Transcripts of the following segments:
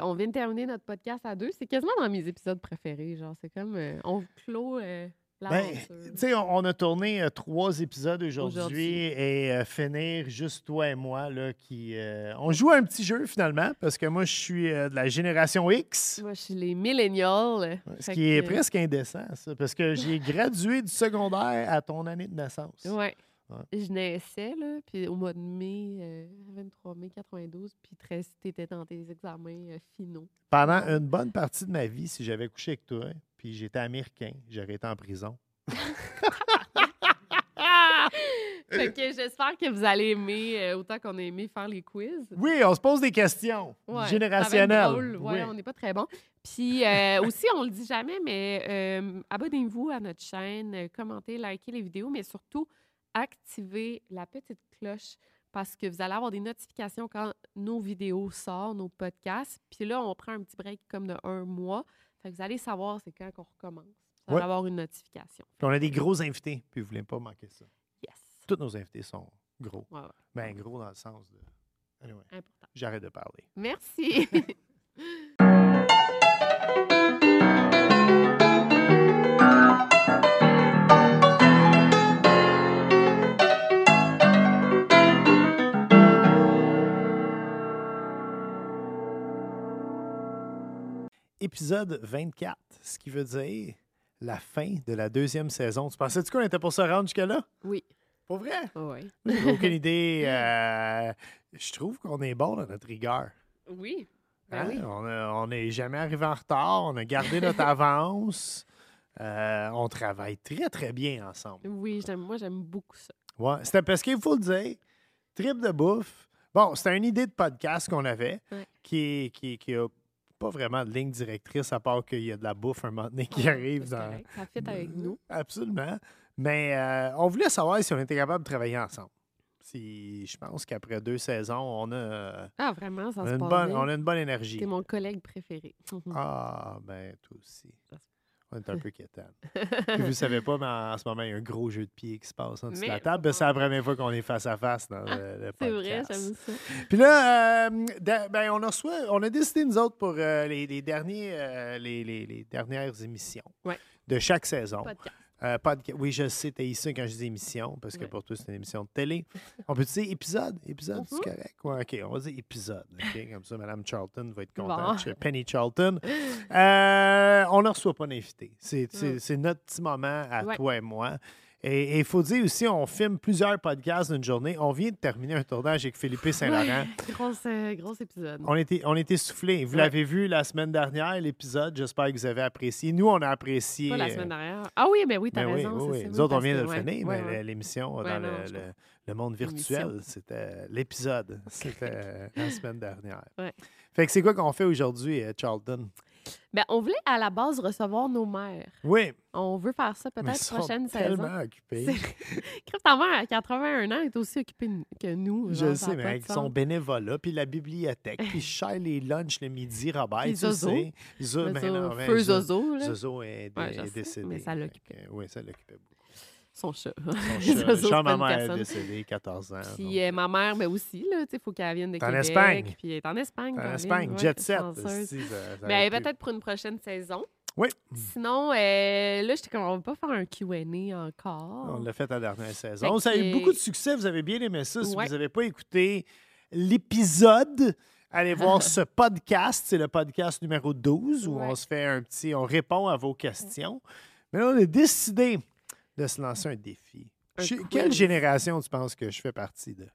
On vient de terminer notre podcast à deux. C'est quasiment dans mes épisodes préférés. Genre, c'est comme euh, on clôt euh, Ben, l'aventure. tu sais, on, on a tourné euh, trois épisodes aujourd'hui Aujourd'hui. et euh, finir juste toi et moi là qui euh, on joue à un petit jeu finalement parce que moi je suis euh, de la génération X, Moi, je suis les millennials. euh, ce Fait qui est que- presque indécent ça parce que j'ai gradué du secondaire à ton année de naissance. Ouais. Ouais. Je naissais, là, puis au mois de mai, euh, 23 mai 92, puis 13, t'étais dans tes examens euh, finaux. Pendant une bonne partie de ma vie, si j'avais couché avec toi, puis j'étais américain, j'aurais été en prison. Ah! fait que j'espère que vous allez aimer euh, autant qu'on a aimé faire les quiz. Oui, on se pose des questions Ouais, ça va être générationnelles. drôle. Ouais, Oui. on n'est pas très bon. Puis euh, aussi, on le dit jamais, mais euh, abonnez-vous à notre chaîne, euh, commentez, likez les vidéos, mais surtout activez la petite cloche parce que vous allez avoir des notifications quand nos vidéos sortent, nos podcasts. Puis là, on prend un petit break comme de un mois. Fait que vous allez savoir c'est quand qu'on recommence. Vous allez Ouais. avoir une notification. Puis on a des gros invités, puis vous voulez pas manquer ça. Yes. Tous nos invités sont gros. Ouais, ouais, Ben, gros dans le sens de. Anyway, important. j'arrête de parler. Merci. Épisode 24, ce qui veut dire la fin de la deuxième saison. Tu pensais-tu qu'on était pour se rendre jusque-là? oui. Pour vrai? Ouais. J'ai Aucune idée. euh, je trouve qu'on est bon dans notre rigueur. Oui. Hein? Ben oui. On a- On n'est jamais arrivé en retard. On a gardé notre avance. Euh, on travaille très, très bien ensemble. Oui, j'aime- moi, j'aime beaucoup ça. Ouais, C'était parce qu'il faut le dire, trip de bouffe. Bon, c'était une idée de podcast qu'on avait Ouais. qui, qui, qui a pas vraiment de ligne directrice à part qu'il y a de la bouffe un moment donné qui Ah, C'est arrive. Dans... correct, Ça fit avec nous. Absolument. Mais euh, on voulait savoir si on était capable de travailler ensemble. Si, je pense qu'après deux saisons, on a, euh, Ah, vraiment, ça on a se une, passe bonne, bien. on a une bonne énergie. T'es mon collègue préféré. Ah, ben, toi aussi. Mhm. Ça se- On est un peu quétaine. Puis vous savez pas, mais en ce moment, il y a un gros jeu de pied qui se passe en dessous Mais de la table. Ben, C'est la première fois qu'on est face à face dans le, le C'est vrai, podcast. j'aime ça. Puis là, euh, da- ben, on, a reçoit- on a décidé, nous autres, pour euh, les, les derniers, euh, les, les- les dernières émissions Ouais. de chaque saison. Podcast. Euh, podca- Oui, je sais, t'es ici quand je dis émission, parce que Ouais. pour toi, c'est une émission de télé. On peut dire épisode? Épisode, c'est Mhm. correct? Ouais, OK, on va dire épisode. OK? Comme ça, Mme Charlton va être Bon. contente. chez Penny Charlton. Euh, on ne reçoit pas d'invités. C'est c'est- Mm. c'est notre petit moment à Ouais. toi et moi. Et il faut dire aussi, on filme plusieurs podcasts d'une journée. On vient de terminer un tournage avec Philippe Saint-Laurent. Grosse, euh, gros épisode. On était, on était soufflés. Vous Ouais. l'avez vu la semaine dernière, l'épisode. J'espère que vous avez apprécié. Nous, on a apprécié. Pas la euh, semaine dernière. Ah oui, mais oui, t'as ben oui, raison. oui, c'est oui. ça, Nous oui, autres, on parce vient de que- le ouais, finir, ouais, mais ouais. l'émission Ouais, dans non, le, je le- comprends. le monde L'émission. virtuel, c'était l'épisode. C'était euh, la semaine dernière. Ouais. Fait que c'est quoi qu'on fait aujourd'hui, euh, Charlton? Ben, on voulait à la base recevoir nos mères. Oui, On veut faire ça mais ils peut-être sont prochaine saison. tellement occupés. C'est- Crève ta mère à 81 ans est aussi occupée que nous. Je genre, le ça sais, a pas mais de avec sens. son bénévolat, puis la bibliothèque, puis Charles les lunchs le midi, Robert, Puis tu le Zozo. sais. Zo- Le mais zo- non, mais feu Zo- Zozo, là. Zozo est, dé- Ouais, je est sais, décédé. mais ça Fait l'occupait. que, Oui, ça l'occupait beaucoup. Son chat. Son Zozo, chat- c'est Charles, pas une ma mère, est personne. décédée, 14 ans. donc, Puis euh, ma mère, mais aussi, là, tu sais, faut qu'elle vienne de T'es en Québec. Espagne. Puis elle est en Espagne. En Caroline, Euh, Espagne, ouais, Jet Set. chanceuse. si, ça- ça Mais aurait pu. Ben, peut-être pour une prochaine saison. Oui, Sinon, euh, là, j'étais comme, on va pas faire un Q&A encore. on l'a fait la dernière saison. Oh. Fait Ça a eu que- beaucoup de succès. Vous avez bien aimé ça. Si Ouais. vous n'avez pas écouté, l'épisode. Allez voir ce podcast. C'est le podcast numéro 12 où on Ouais. se fait un petit. On répond à vos questions. Mais là, on a décidé de se lancer un défi. Un Je- quiz. quelle génération tu penses que je fais partie de?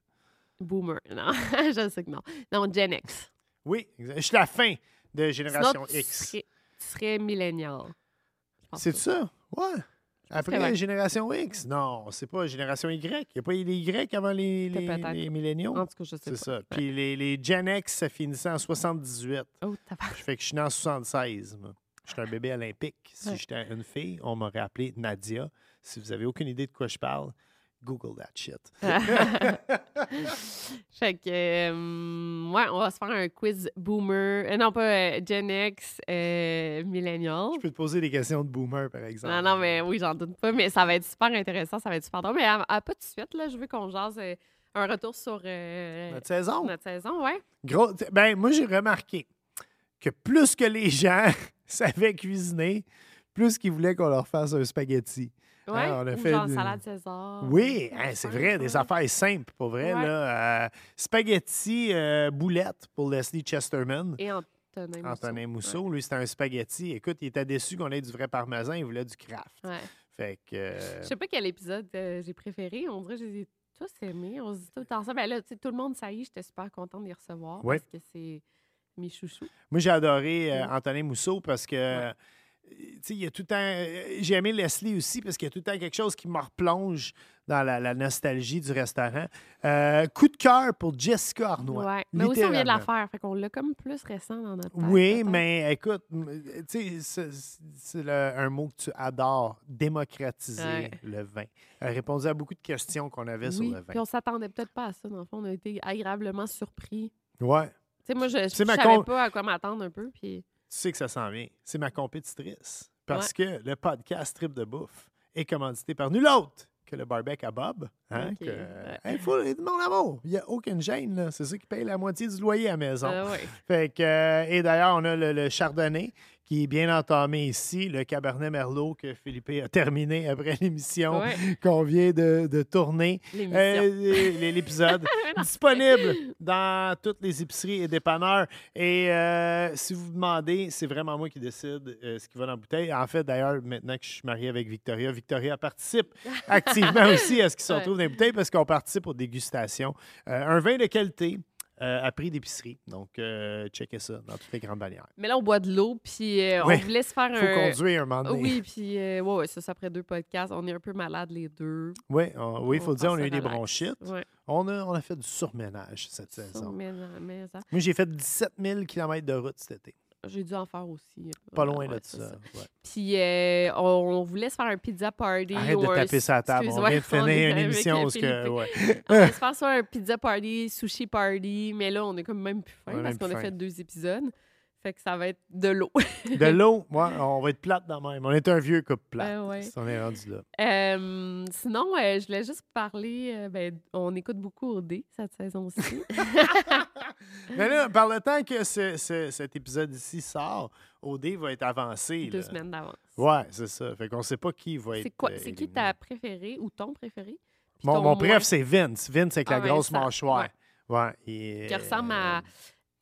Boomer. Non, je sais que non. Non, Gen X. Oui, exact. je suis la fin de génération Sinon, tu X. serais- Tu serais millénial. Je pense C'est pas. ça? Ouais. Après vrai. génération X? Non, c'est pas génération Y. Il n'y a pas eu les Y avant les, les, Peut-être. les milléniaux. En tout cas, je sais C'est pas. ça. Puis les, les Gen X, ça finissait en 78. Oh, tabarnak. Fait que je suis né en 76. moi. Je suis un bébé olympique. Si j'étais une fille, on m'aurait appelé Nadia. Si vous avez aucune idée de quoi je parle, Google that shit. Fait que, euh, ouais, on va se faire un quiz boomer. Euh, non, pas euh, Gen X, euh, millennial. Je peux te poser des questions de boomer, par exemple. Non, non, mais oui, j'en doute pas, mais ça va être super intéressant, ça va être super drôle. Mais à, à pas de suite, là, je veux qu'on jase euh, un retour sur euh, Notre saison. notre saison, ouais. Gros, t- ben, moi, j'ai remarqué que plus que les gens savaient cuisiner, plus qu'ils voulaient qu'on leur fasse un spaghetti. Hein, Ouais, on a ou fait genre du- salade César. Oui, Ouais, hein, c'est vrai, des ouais. affaires simples, pour vrai. Ouais. Là, euh, spaghetti euh, boulette pour Leslie Chesterman. Et Antonin Mousseau. Antonin Mousseau, lui, c'était un spaghetti. Écoute, il était déçu qu'on ait du vrai parmesan, il voulait du craft. Ouais. Fait que. euh, Je sais pas quel épisode euh, j'ai préféré. On dirait que je les ai tous aimés. On se dit tout le temps ça. Ben là, tu sais, tout le monde, ça y est, j'étais super contente d'y recevoir Ouais. parce que c'est mes chouchous. Moi, j'ai adoré euh, Mm. Antonin Mousseau parce que. euh, Ouais. tu sais, il y a tout le temps. euh, J'ai aimé Leslie aussi parce qu'il y a tout le temps quelque chose qui me replonge dans la, la nostalgie du restaurant. Euh, coup de cœur pour Jessica Arnois. Ouais. Mais aussi, on vient de la littéralement. faire. Fait qu'on l'a comme plus récent dans notre tête, Oui, peut-être. mais écoute, m- euh, tu sais, c'est- c'est le- un mot que tu adores, démocratiser Ouais. le vin. Elle a répondu à beaucoup de questions qu'on avait sur Oui, le puis vin. on s'attendait peut-être pas à ça. Dans le fond, on a été agréablement surpris. Ouais. Tu sais, moi, je, je, C'est ma savais con- pas à quoi m'attendre un peu. Puis Tu sais que ça s'en vient. C'est ma compétitrice. Parce que le podcast Trip de Bouffe est commandité par nul autre que le barbecue à Bob. Hein, Ok, que- ouais. Hey, faut- mon amour, il n'y a aucune gêne. là. C'est ça qui paye la moitié du loyer à la maison. euh, ouais. Fait que, euh, et d'ailleurs, on a le, le Chardonnay qui est bien entamé ici, le Cabernet Merlot que Philippe a terminé après l'émission Ouais. qu'on vient de, de tourner. L'émission. Ah, euh, L'épisode disponible dans toutes les épiceries et dépanneurs. Et euh, si vous vous demandez, c'est vraiment moi qui décide euh, ce qui va dans la bouteille. En fait, d'ailleurs, maintenant que je suis marié avec Victoria, Victoria participe activement aussi à ce qui se Ouais. retrouve dans les bouteilles parce qu'on participe aux dégustations. Euh, un vin de qualité euh, à prix d'épicerie. Donc, euh, checkez ça dans toutes les grandes bannières. Mais là, on boit de l'eau, puis euh, Ouais. on voulait se faire Il faut un. conduire un moment donné. Oui, puis euh, ouais, ouais, ça, c'est après deux podcasts. On est un peu malades les deux. Ouais, on- Ah oui, il faut On dire, on prend a ça eu des relax. bronchites. Ouais. On a, on a fait du surménage cette saison. Mais non, mais ça- Moi, j'ai fait 17 000 km de route cet été. J'ai dû en faire aussi. euh, Pas Ouais, loin ouais, de c'est ça. ouais. Puis euh, on, on voulait se faire un pizza party. Arrête ou de un- taper sa table. excuse, On ouais, vient de on est finir une avec émission. Parce que, Philippe. ouais. On voulait se faire soit un pizza party, sushi party, mais là, on est comme même plus On est fin même parce qu'on plus a fin. fait deux épisodes. Fait que ça va être de l'eau. De l'eau, moi, on va être plate dans même. On est un vieux couple plate. Ben ouais. si On est rendu là. Euh, sinon, euh, je voulais juste parler. euh, ben, on écoute beaucoup au D cette saison-ci. Mais là, par le temps que ce- ce- cet épisode ici sort, OD va être avancé. deux là. semaines d'avance. Ouais, c'est ça. Fait qu'on sait pas qui va être. C'est quoi? euh, C'est qui éliminé. ta préférée ou ton préféré? Puis Mon, ton mon moins- préf, c'est Vince. Vince avec Ah la ouais, grosse ça, mâchoire. Ouais. euh, et, Qui ressemble à.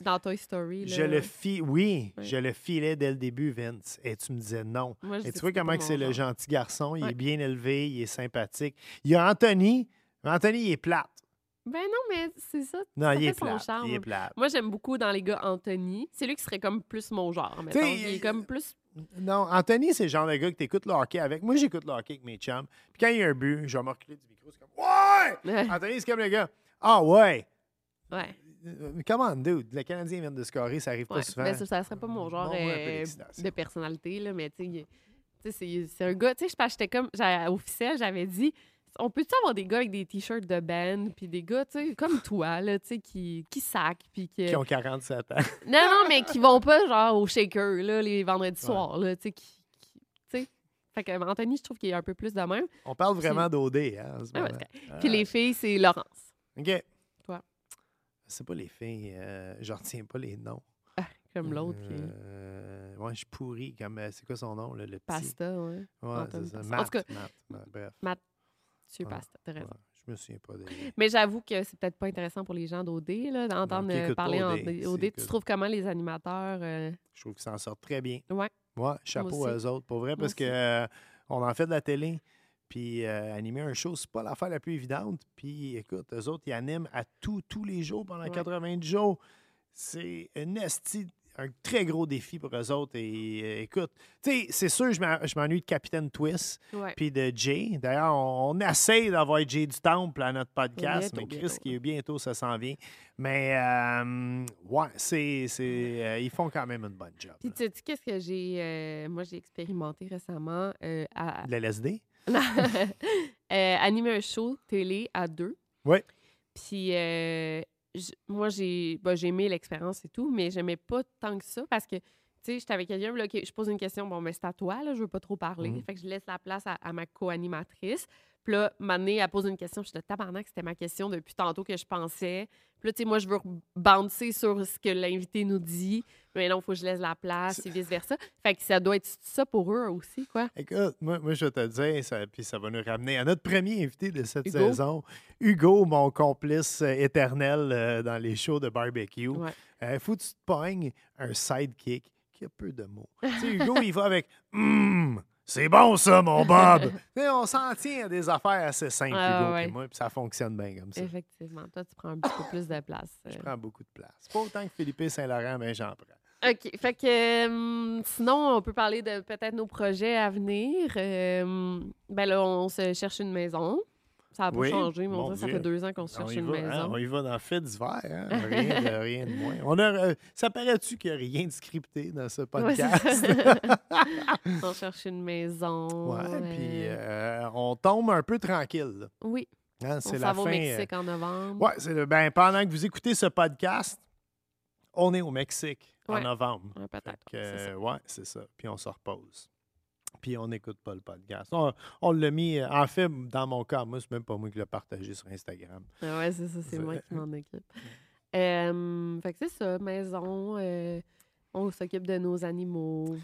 Dans Toy Story. là. Je le fi... Oui, Ouais. je le filais dès le début, Vince. Et tu me disais non. Moi, je Et sais tu que c'était vois pas comment que mon c'est le genre. gentil garçon. Il Ouais. est bien élevé, il est sympathique. Il y a Anthony. Mais Anthony, il est plate. Ben non, mais c'est ça. Non, ça il fait est son plate. charme. Il est plate. Moi, j'aime beaucoup dans les gars Anthony. C'est lui qui serait comme plus mon genre, mettons. T'sais, Il euh, est comme plus... Non, Anthony, c'est le genre de gars que t'écoutes le hockey avec. Moi, j'écoute le hockey avec mes chums. Puis quand il y a un but, je vais me reculer du micro. C'est comme Ouais! Anthony, c'est comme le gars. Ah ouais! Ouais. Euh, Come on, dude. Le Canadien vient de scorer, ça arrive ouais. pas souvent. Ben, ça, ça serait pas mon genre Bon, moi, un peu euh, d'excitation. de personnalité, là, mais tu sais, il- tu sais, c'est c'est un gars... Tu sais, je pense que j'étais comme... j'a- Au ficelle, j'avais dit... On peut-tu avoir des gars avec des t-shirts de band, puis des gars, tu sais, comme toi, là, tu sais, qui, qui sac, puis que... Qui ont 47 ans. Non, non, mais qui vont pas, genre, au shaker, là, les vendredis soirs, là, tu sais, qui... qui- tu sais. Fait que Anthony, je trouve qu'il est un peu plus de même. On parle vraiment d'OD, hein, en ce Ah, ouais, moment. c'est correct. Puis les filles, c'est Laurence. OK. Toi. C'est pas les filles. euh, je retiens pas les noms. Ah, Comme l'autre, puis Euh, ouais, je suis pourri. Comme, euh, c'est quoi son nom, là, le petit? Pasta, ouais. Ouais, Anthony c'est Pasta. En ça. Matt, tout cas- Matt, Matt, bref. Super, t'as raison. Ouais, je me souviens pas des. Mais j'avoue que c'est peut-être pas intéressant pour les gens d'OD, là, d'entendre qui euh, écoutent parler pas en OD, c'est OD. que- Tu trouves comment les animateurs. euh, Je trouve qu'ils s'en sortent très bien. Ouais. Moi, chapeau aussi. à eux autres, pour vrai, parce aussi. que euh, on en fait de la télé. Puis euh, animer un show, c'est pas l'affaire la plus évidente. Puis écoute, eux autres, ils animent à tout, tous les jours pendant Ouais. 80 jours. C'est une esti- un très gros défi pour eux autres. Et euh, écoute, tu sais, c'est sûr, je m'en- je m'ennuie de Capitaine Twist ouais. puis de Jay. D'ailleurs, on, on essaye d'avoir Jay du Temple à notre podcast, Bientôt, mais Chris, bientôt, qui est bientôt, ça s'en vient. Mais euh, ouais, c'est, c'est, euh, ils font quand même une bonne job. Puis là. tu dis qu'est-ce que j'ai. euh, moi, j'ai expérimenté récemment euh, à, De LSD? Euh, animer un show télé à deux. Ouais. Puis euh, j- moi, j'ai bah, j'ai aimé l'expérience et tout, mais j'aimais pas tant que ça parce que, tu sais, j'étais avec quelqu'un, là, OK, je pose une question, bon, mais c'est à toi, là, je veux pas trop parler. Mhm. Fait que je laisse la place à, à ma co-animatrice. Puis là, Mané, elle pose une question, puis je suis là, tabarnak, c'était ma question depuis tantôt que je pensais. Puis là, tu sais, moi, je veux bouncer sur ce que l'invité nous dit, mais non, faut que je laisse la place et vice-versa. Fait que ça doit être ça pour eux aussi, quoi. Écoute, moi, moi, je vais te le dire, ça, puis ça va nous ramener à notre premier invité de cette Hugo. saison, Hugo, mon complice euh, éternel euh, dans les shows de barbecue. Ouais. Euh, faut que tu te pognes un sidekick qui a peu de mots. tu sais, Hugo, il va avec Hum, c'est bon ça, mon Bob. Tu sais, on s'en tient à des affaires assez simples, Ah, Hugo, ouais. puis moi, puis ça fonctionne bien comme ça. Effectivement. Toi, tu prends un petit peu plus de place. Je euh. prends beaucoup de place. Pas autant que Philippe Saint-Laurent, mais j'en prends. OK. Fait que euh, sinon, on peut parler de peut-être nos projets à venir. Euh, ben là, on se cherche une maison. Ça n'a pas Oui, changé, mon mon Dieu, Ça Dieu. fait deux ans qu'on se On cherche y, une va, hein, maison. on y va dans le fait d'hiver, hein, rien, de, rien de moins. On a, euh, ça paraît-tu qu'il n'y a rien de scripté dans ce Ouais, c'est podcast? ça. on cherche une maison. Ouais, puis euh, euh, on tombe un peu tranquille. là. oui, Hein, on c'est s'en va la fin. au euh, Mexique en novembre. ouais, c'est le- ben, pendant que vous écoutez ce podcast, on est au Mexique en Ouais. novembre. Ouais, Fait peut-être. que, c'est ça. euh, ouais, c'est ça. Puis on se repose. Puis on n'écoute pas le podcast. On, on l'a mis, euh, en fait, dans mon cas, moi, c'est même pas moi qui l'ai partagé sur Instagram. Ah ouais, c'est ça, c'est Ça- moi qui m'en occupe. Mm. Euh, fait que c'est ça, maison. euh, on s'occupe de nos animaux.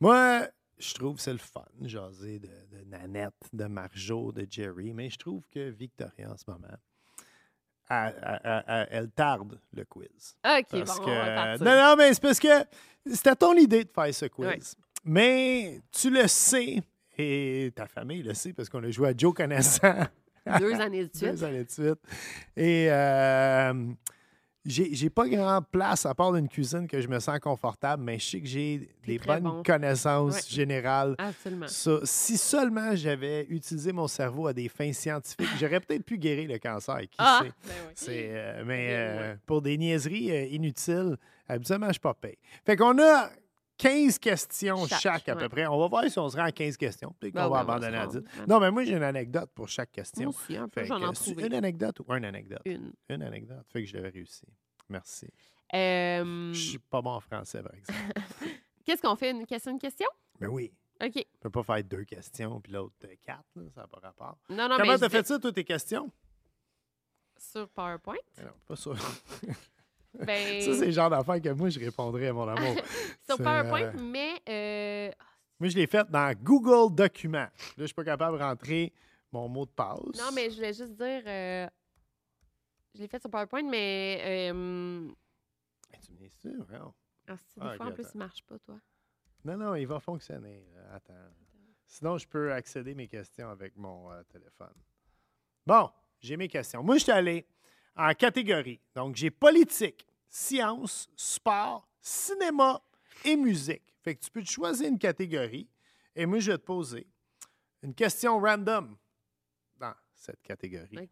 Moi, je trouve que c'est le fun, jaser de, de Nanette, de Marjo, de Jerry, mais je trouve que Victoria, en ce moment, elle, elle- elle- elle- elle tarde le quiz. OK, Parce bon, que- on va partir. non, non, mais c'est parce que c'était ton idée de faire ce quiz. Ouais. Mais tu le sais, et ta famille le sait, parce qu'on a joué à Joe Connaissant Deux années de suite. deux années de suite. Et euh, j'ai j'ai pas grand place à part d'une cuisine que je me sens confortable, mais je sais que j'ai T'es des très bonnes bon. connaissances Ouais. générales. Absolument. Ça, si seulement j'avais utilisé mon cerveau à des fins scientifiques, j'aurais peut-être pu guérir le cancer. Qui Ah! sait? Ben oui. C'est, euh, mais Bien, euh, pour des niaiseries euh, inutiles, habituellement, je suis pas paye. Fait qu'on a 15 questions Chaque, chaque, à ouais. peu près. On va voir si on se rend à 15 questions. Peut-être qu'on Ben oui, va on va se abandonner à rendre, 10. hein. Non, mais moi, j'ai une anecdote pour chaque question. Moi aussi, un peu, Fait j'en ai que, c'est trouvé une une. anecdote ou une anecdote? Une anecdote. Fait que je l'avais réussi. Merci. Euh, Je suis pas bon en français, par exemple. Qu'est-ce qu'on fait? Une question, une question? mais oui, OK. je peux pas faire deux questions puis l'autre euh, quatre, là, ça n'a pas rapport. Non, non, Comment mais t'as je fait vais- ça, toutes tes questions? sur PowerPoint. Mais non, pas ça. Ben, ça, c'est le genre d'affaire que moi, je répondrais, mon amour. sur c'est, PowerPoint, euh, mais euh, moi, je l'ai faite dans Google Documents. Là, je suis pas capable de rentrer mon mot de passe. non, mais je voulais juste dire, euh, je l'ai fait sur PowerPoint, mais euh, Mais tu me dis ça, voyons. ah, c'est- des Ah, fois, en ok, plus, attends. il marche pas, toi. Non, non, il va fonctionner. là. Attends. Sinon, je peux accéder mes questions avec mon euh, téléphone. Bon, j'ai mes questions. Moi, je suis allé en catégorie. Donc, j'ai politique, science, sport, cinéma et musique. Fait que tu peux te choisir une catégorie et moi, je vais te poser une question random dans cette catégorie. OK.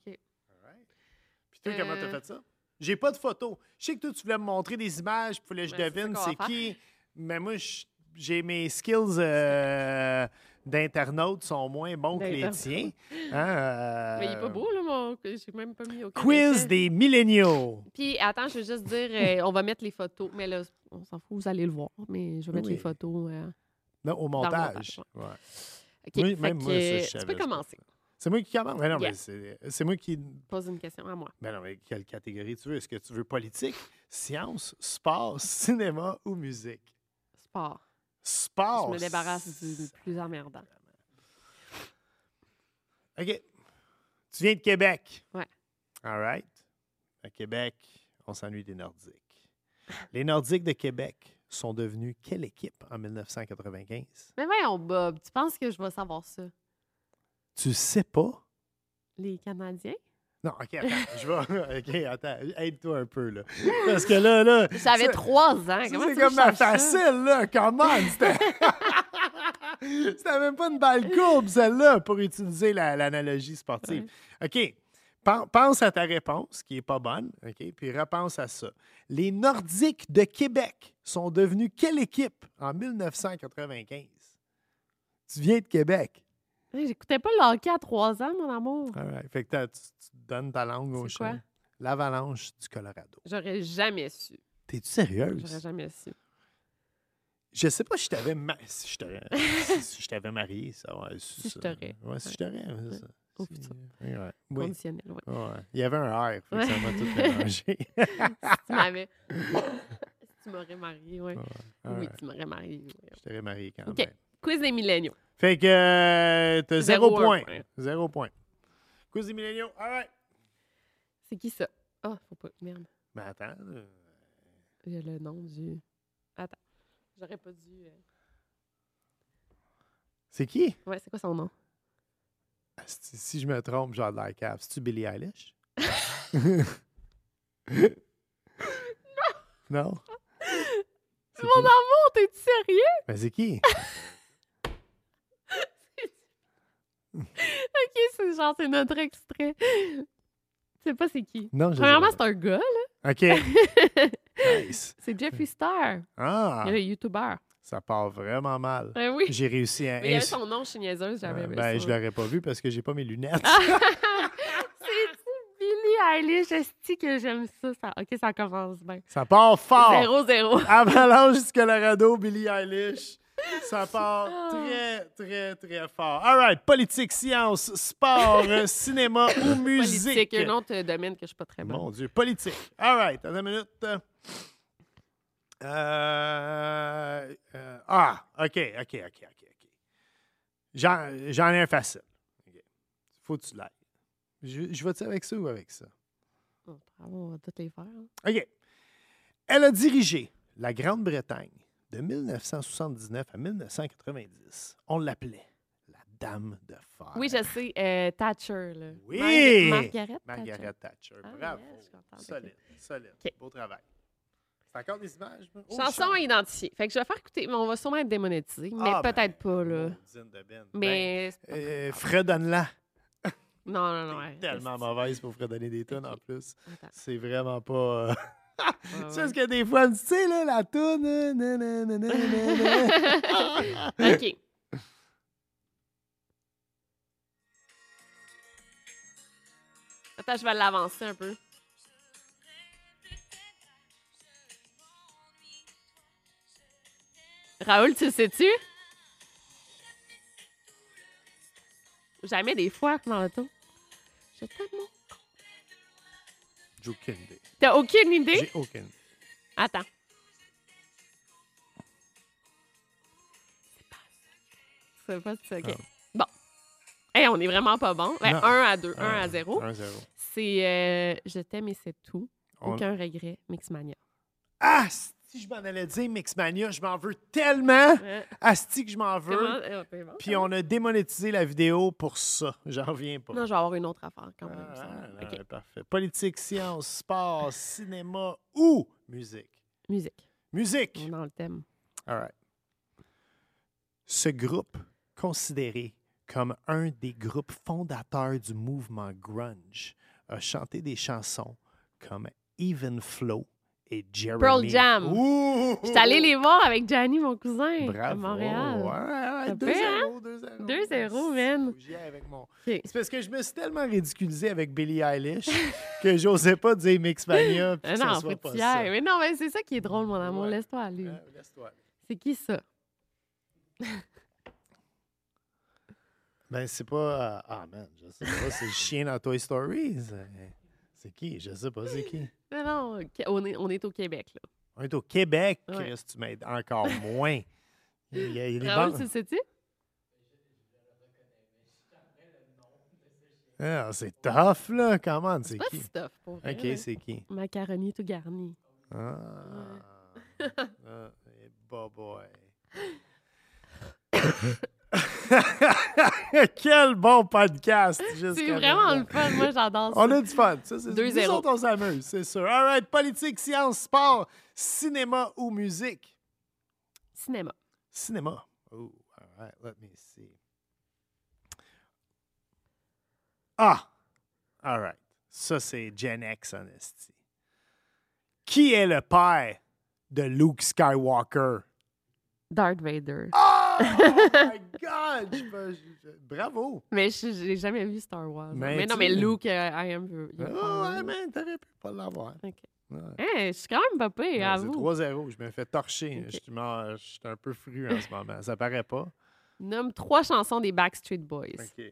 Puis toi, comment t'as Euh. fait ça? J'ai pas de photo. Je sais que toi, tu voulais me montrer des images, puis fallait que je Ben, c'est ça devine qu'on va c'est faire. qui. Mais moi, je- j'ai mes skills euh, d'internaute sont moins bons que les D'internaute. tiens. Hein, euh, Mais il est pas beau, là, mon. J'ai même pas mis aucun. Quiz effet. des milléniaux. Puis, attends, je veux juste dire, euh, on va mettre les photos. Mais là, on s'en fout, vous allez le voir. Mais je vais mettre Oui. les photos. euh, Non, au montage, montage. Ouais. OK. Oui, Fait même moi, ça, que, je tu savais, peux je pense. commencer. C'est moi qui commence. Mais non, Yeah. mais c'est- c'est moi qui. Pose une question à moi. Mais non, mais quelle catégorie tu veux? Est-ce que tu veux politique, science, sport, cinéma ou musique? Sport. Sport. Je me débarrasse du plus emmerdant. OK. Tu viens de Québec. Ouais. All right. À Québec, on s'ennuie des Nordiques. Les Nordiques de Québec sont devenus quelle équipe en 1995? Mais voyons, Bob, tu penses que je vais savoir ça? Tu sais pas? Les Canadiens? Non, OK, attends, je vais... OK, attends, aide-toi un peu, là. Parce que là, là... J'avais ça- trois ans. ça, Ah, Comment tu veux C'est que comme je ma change ça? facile, là, comment? C'était... C'était même pas une balle courbe, celle-là, pour utiliser la- l'analogie sportive. OK, Pen- pense à ta réponse, qui est pas bonne, OK, puis repense à ça. Les Nordiques de Québec sont devenus quelle équipe en 1995? Tu viens de Québec. Hey, J'écoutais pas le hockey à trois ans, mon amour. All right, Fait que t'as- tu, tu donnes ta langue au C'est quoi? chien. L'avalanche du Colorado. J'aurais jamais su. T'es-tu J'aurais sérieuse? jamais su. Je sais pas si je t'avais ma- si je t'aurais- si- si je t'avais marié, ça. Ouais, Si je t'aurais. Ouais, si je t'aurais. ouais, ça. Au Si- futur. ouais, ouais. Oui. Conditionnel, oui. Ouais. Il y avait un R, fait que ça m'a tout Ouais. mélangé. Tu m'avais. tu m'aurais marié, oui. All Oui, right. tu m'aurais marié. oui. Je t'aurais marié quand OK. même. Quiz des milléniaux. Fait que euh, t'as zéro, Zéro, un point. point. Zéro point. Cause des milléniaux, all right. C'est qui ça? Ah, faut pas. Merde. Mais Ben, attends, là. J'ai le nom du. Attends. J'aurais pas dû. euh, c'est qui? Ouais, c'est quoi son nom? Si, si je me trompe, genre de la cave. C'est-tu Billie Eilish? non. Non? C'est Mon qui? amour, t'es-tu sérieux? Mais Ben, c'est qui? ok, c'est genre, c'est notre extrait. Tu sais pas c'est qui. Non, je Premièrement, c'est un gars, là. OK. Nice. C'est Jeffree Star, Ah, le youtubeur. ça part vraiment mal. Ben oui. J'ai réussi à... Mais il y avait insu- son nom chez Niaiseuse, j'avais Euh, aimé ben, ça. Ah! je l'aurais pas vu parce que j'ai pas mes lunettes. C'est-tu Billie Eilish? Est-ce que j'aime ça, ça? Ok, ça commence bien. Ça part fort. 0-0. Avalanche du Colorado, Billie Eilish. Ça part Ah! très, très, très fort. All right, politique, science, sport, euh, cinéma ou musique. Politique, un autre euh, domaine que je suis pas très bonne. Mon Dieu, politique. All right, attends une minute. Euh, euh, ah, OK, OK, OK, OK. ok. J'en j'en ai un facile. Ok. Faut que tu l'ailles. Je, je vais-tu avec ça ou avec ça? Oh, bravo, on va toutes les faire. hein. OK. Elle a dirigé la Grande-Bretagne de 1979 à 1990. On l'appelait la Dame de Fer. Oui, je sais. euh, Thatcher, là. Ah, ben. Oui! Marga- Margaret. Margaret Thatcher. Ah, Bravo. yes, je suis contente, ok. solide, solide. Ok. Beau travail. C'est encore des images? là? Oh, Chanson Charles. identifiée. Fait que je vais faire écouter, mais on va sûrement être démonétisé. Mais Ah, ben, peut-être pas, là. Maudine de Ben. Mais. c'est Ben, pas- euh, fredonne-la. Non, non, non. T'es ah, ouais. tellement Esti. mauvaise pour fredonner des tonnes en plus. Attends. C'est vraiment pas. euh, Ouais, Tu ouais. sais, ce que des fois, tu sais, là, la toune. euh, na, na, na, na, na, na. OK. Attends, je vais l'avancer un peu. Raoul, tu le sais-tu? Jamais des fois dans l'auto. J'ai tellement. J'ai aucune idée. T'as aucune idée? J'ai aucune idée. Attends. C'est pas ça. OK. Bon. Hey, on est vraiment pas bon. Ben, Ah. Non. 1 à 2, 1 à 0. 1 à 0. C'est euh, Je t'aime et c'est tout. On- Aucun regret, Mixmania. Ah, si je m'en allais dire Mixmania, je m'en veux tellement. Ouais. Asti que je m'en veux. Comment- eh, c'est bon, Puis ça. on a démonétisé la vidéo pour ça. J'en reviens pas. Non, je vais avoir une autre affaire quand même. Ah, ça va. ah, OK. ah, Parfait. Politique, science, sport, cinéma ou musique. Musique. Musique. On est dans le thème. All right. Ce groupe, considéré comme un des groupes fondateurs du mouvement grunge, a chanté des chansons comme Even Flow et Jeremy. Pearl Jam. Ouh! Je suis allée les voir avec Gianni, mon cousin, à Oh. Bravo. Montréal. Ouais, Ça ouais, peut, hein? 2-0, 2-0. 2-0, man. Faut que j'y aille avec mon- OK. C'est parce que je me suis tellement ridiculisé avec Billie Eilish que j'osais pas dire Mixmania puis Ah que ça non, soit faut pas que tu y ailles. ça. Mais non, mais c'est ça qui est drôle, mon amour. Ouais. Laisse-toi aller. Hein, laisse-toi. C'est qui ça? Ben, c'est pas. euh, Ah, man, je sais pas. C'est le chien dans Toy Story. C'est- C'est qui? Je sais pas, c'est qui. Mais non, Qu- on est, on est au Québec, là. On est au Québec, Ouais. Chris, tu m'aides encore moins. Il y Ah a, il y a des Raoul, bandes- tu le sais-tu? Ah, c'est tough, là. Comment? C'est Pas qui? si hein. tough pour vrai, OK, là. c'est qui? Macaroni tout garni. Ah. Ah, eh, bah, boy. Quel bon podcast! C'est jusqu'à vraiment maintenant. le fun. Moi, j'adore ça. On a du fun. Ça, c'est, Deux nous zéro. autres, on s'amuse, c'est sûr. All right, politique, sciences, sport, cinéma ou musique? Cinéma. Cinéma. Oh, all right, let me see. Ah! All right. Ça, c'est Gen X, en esti. Qui est le père de Luke Skywalker? Darth Vader. Oh my God! Je peux- je- je- bravo! Mais je- j'ai jamais vu Star Wars. Mais Mais, non, tu- mais Luke, euh, I am. you Oh, are- ouais, man, t'aurais pu pas l'avoir. Ok. Ouais. Hein, je suis quand même pas pire, Ouais, c'est avoue. 3-0. Je me fais torcher. hein, Je suis mort- Je suis un peu fru en ce moment. Ça paraît pas. Nomme trois chansons des Backstreet Boys. OK.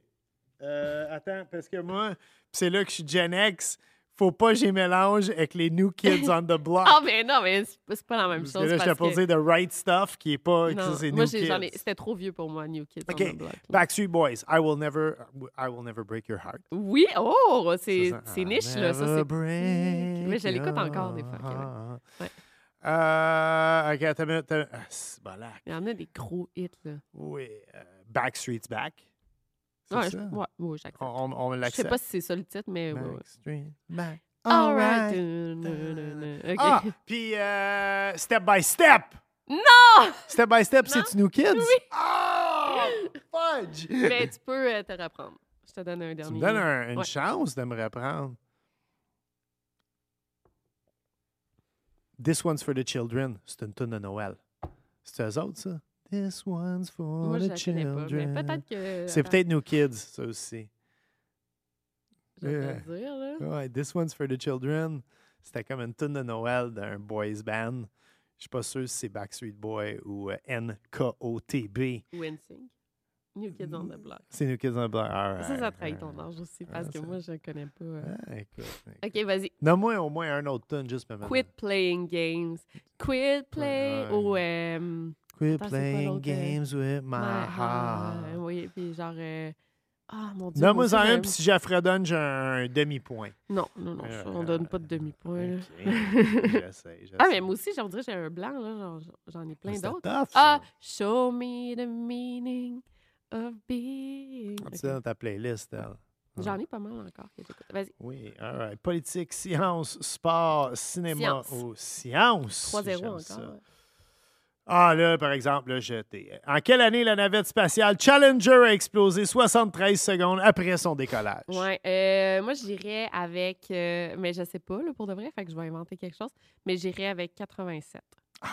Euh, attends, parce que moi, c'est là que je suis Gen X. Faut pas que j'y mélange avec les New Kids on the Block. Ah, mais non, mais c'est pas- c'est pas la même parce que chose. là, je t'ai parce que- posé The Right Stuff qui est pas. que ça, Non, c'est moi, New j'ai- Kids. j'en ai- c'était trop vieux pour moi, New Kids. on OK. ben, the Block, là. Backstreet Boys. I will never, I will never break your heart. Oui, oh, c'est Ça, ça- c'est I'll niche, là. Ça, never c'est. break Mais je l'écoute your encore des fois, ok, ouais. heart. Ouais. Euh, OK, attends une minute. attends- Ah, c'est balac. Il y en a des gros hits, là. Oui. euh, Backstreet's Back. C'est Ouais, je- ça? ouais, ouais, j'accepte. On, on, on Je sais l'accepte. pas si c'est ça le titre, mais. ouais, ouais. Backstreet Back. All Alright. right. Euh, euh, euh, Ah, OK. puis euh, Step by Step. Non! Step by Step, Non. c'est New Kids? Oui. Ah! fudge! Mais tu peux euh, te reprendre. Je te donne un Tu dernier. me donnes un- une Ouais. chance de me reprendre. This one's for the children. C'est une tune de Noël. C'est eux autres, ça? This one's for Moi, je the la connais pas, children. mais peut-être que. C'est peut-être New Kids, ça aussi. Je vais euh, te le dire, là. Ouais, This One's for the Children, c'était comme une tune de Noël d'un boys band. Je suis pas sûr si c'est Backstreet Boy ou euh, NKOTB. Ou NSYNC. New Kids on the Block. C'est New Kids on the Block. All Ça, ça right, trahit all ton right. âge aussi, parce que ça- moi, je connais pas. euh. Ah, écoute, écoute. OK, vas-y. Nomme-moi au moins un autre tune juste pour me Quit playing games. Quit playing. Ouais. Ou. euh, Quit Attends, c'est quoi playing l'autre, euh, games with my ouais, heart. ouais, Oui, puis genre. euh, Ah, mon Dieu. moi Nomme-moi aussi, en un, j'aime- puis si j'affredonne, j'ai un demi-point. Non, non, non, Euh, ça, on donne pas de demi-point. là. Ok, j'essaie, j'essaie. Ah, mais moi aussi, j'en dirais, j'ai un blanc, là. genre, J'en ai plein C'était d'autres. tough, Ah, ça. show me the meaning of being. Tu Ok. sais, dans ta playlist, elle. J'en ai pas mal encore que j'écoute. Vas-y, Oui, all right. Politique, science, sport, cinéma Science. ou science. 3-0 j'aime encore. ça. ouais. Ah là, par exemple, là, je t'ai- euh, En quelle année la navette spatiale Challenger a explosé 73 secondes après son décollage? Ouais, euh, moi j'irais avec, euh, mais je sais pas là, pour de vrai, fait que je vais inventer quelque chose, mais j'irais avec 87. Ah,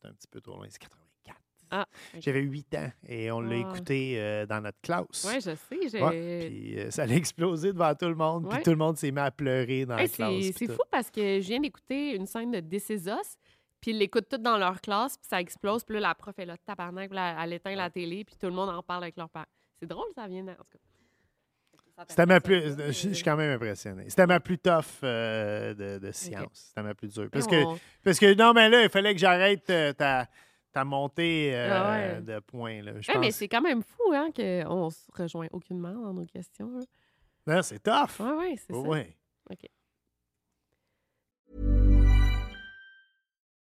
t'es un petit peu trop loin, c'est 84. Ah, ok. J'avais 8 ans et on l'a Ah. écouté euh, dans notre classe. Ouais, je sais, j'ai. Ouais, puis euh, ça a explosé devant tout le monde, puis Ouais. tout le monde s'est mis à pleurer dans Hey, la classe. c'est puis c'est tout. fou parce que je viens d'écouter une scène de This Is Us, puis ils l'écoutent toutes dans leur classe, puis ça explose, puis là la prof est là tabarnak, puis là, elle éteint la télé, puis tout le monde en parle avec leurs parents. C'est drôle, ça vient d'en- en tout cas. Ça C'était ma plus. t'impressionne, Je euh, je suis quand même impressionné. C'était ma plus tough euh, de, de science. C'était ma plus dure. Parce que, on- parce que, non, mais là, il fallait que j'arrête euh, ta, ta montée euh, Ah ouais. de points. Là. Je Ouais, mais pense- c'est quand même fou hein, qu'on se rejoint aucunement dans nos questions. là. Non, c'est tough. Ouais, ouais, c'est ça. Ouais. OK.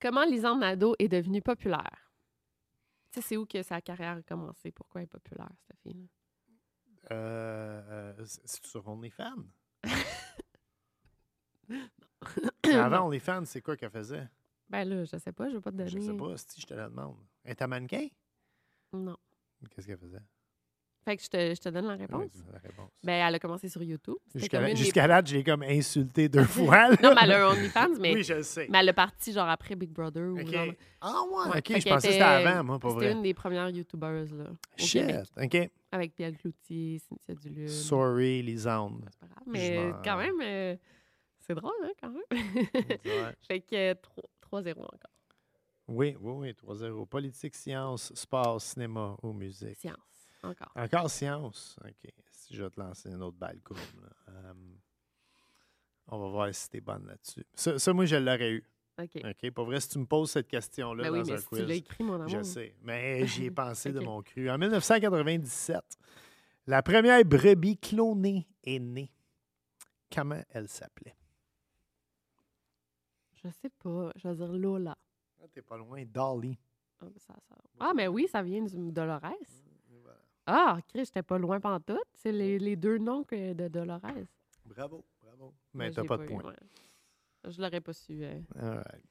Comment Lisande Nadeau est devenue populaire? Tu sais, c'est où que sa carrière a commencé? Pourquoi elle est populaire, cette fille-là? Euh, c'est sur OnlyFans? Mais Avant OnlyFans, c'est quoi qu'elle faisait? Ben là, je sais pas, je veux pas te donner. Je sais pas, si je te la demande. Elle était mannequin? Non. Qu'est-ce qu'elle faisait? Fait que je te, je te donne la Ouais, réponse. dis-moi la réponse. Ben, elle a commencé sur YouTube. C'était Jusqu'à comme là, une des- jusqu'à là, je l'ai comme insulté deux fois. là. Non, mais elle a un OnlyFans, mais, Oui, je le sais. mais elle a parti genre après Big Brother. Ou OK. genre... Ah ouais, Ouais, OK, fait je qu'elle pensais que c'était était- avant, moi, pour C'était vrai. une des premières YouTubers, là. Au Québec, Shit, OK. avec Pierre Cloutier, Cynthia Duluth. Sorry, les ondes. C'est pas grave, mais m'en- quand même, euh, c'est drôle, hein, quand même. Ouais. fait que euh, tro- 3-0 encore. Oui, oui, oui, 3-0. Politique, science, sport, cinéma ou musique. Science, encore. Encore science. OK. Si je vais te lancer une autre balle courbe. là. Euh, on va voir si t'es bonne là-dessus. Ça, ça, moi, je l'aurais eu. OK. OK. Pour vrai, si tu me poses cette question-là Ben dans oui, un mais si quiz. tu l'as écrit, mon amour. Je sais, mais j'y ai pensé de Ok. mon cru. En 1997, la première brebis clonée est née. Comment elle s'appelait? Je sais pas. Je vais dire Lola. Ah, T'es pas loin, Dolly. Ah, mais ça- ça- Ah, mais oui, ça vient du Dolores. Mm, Ah, Chris, j'étais pas loin pantoute. C'est les, les deux noms que- de Dolores. Bravo, bravo. Mais Mais t'as j'ai pas de eu, point. ouais. Je l'aurais pas su. euh. All right.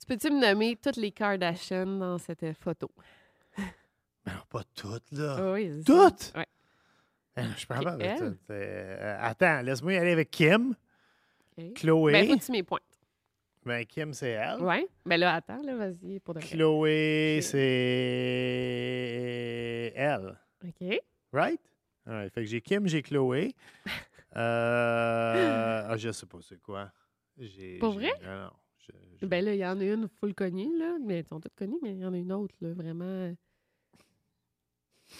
Tu peux-tu me nommer toutes les Kardashian dans cette euh, photo? Mais non, pas toutes, là. Ah oui, c'est ça. toutes? Ouais. Ah, Je suis pas Ok, capable de elle. toutes. Euh, attends, laisse-moi y aller avec Kim. OK. Chloé. Ben, faut Ben, que tu m'y pointes. Kim, c'est elle. Ouais. Ben là, attends, là, vas-y, pour de vrai. Chloé, Ok. c'est elle. OK. Right? All right. Fait que j'ai Kim, j'ai Chloé. Euh, ah, je sais pas c'est quoi. J'ai- Pour j'ai- vrai? Ah non. je- je- Ben là, il y en a une full connue, là. Mais elles sont toutes connues, mais il y en a une autre, là, vraiment. euh,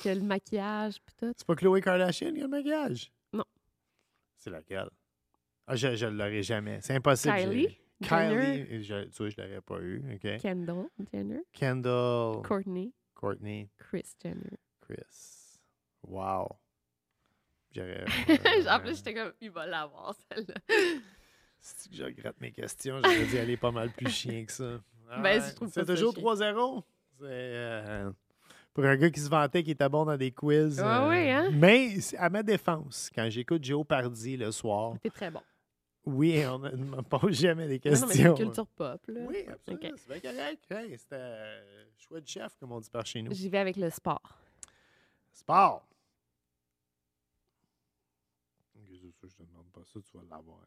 Que le maquillage, pis tout. C'est pas Chloé Kardashian qui a le maquillage? Non. C'est laquelle? Ah, je, je l'aurais jamais. C'est impossible. j'ai- Kylie Jenner. Kylie. Je, tu vois, je l'aurais pas eu. OK. Kendall Jenner. Kendall. Courtney. Courtney. Chris Jenner. Chris. Wow. J'aurais. euh, en plus, j'étais comme, il va l'avoir, celle-là. Si je regrette mes questions, j'aurais dû aller pas mal plus chien que ça. Ah Ben, ouais. je trouve C'est pas ça toujours chien. 3-0. C'est, euh, pour un gars qui se vantait qu'il était bon dans des quiz. euh, Ouais, ouais, hein? Mais c'est- à ma défense, quand j'écoute Joe Pardy le soir, T'es très bon. oui, on ne me pose jamais des Non, non, mais c'est questions. culture pop, là. oui, absolument. Ok. C'est bien correct. Hey, C'était euh, choix de chef, comme on dit par chez nous. J'y vais avec le sport. Sport. Qu'est-ce que c'est, Je te demande pas ça, tu vas l'avoir.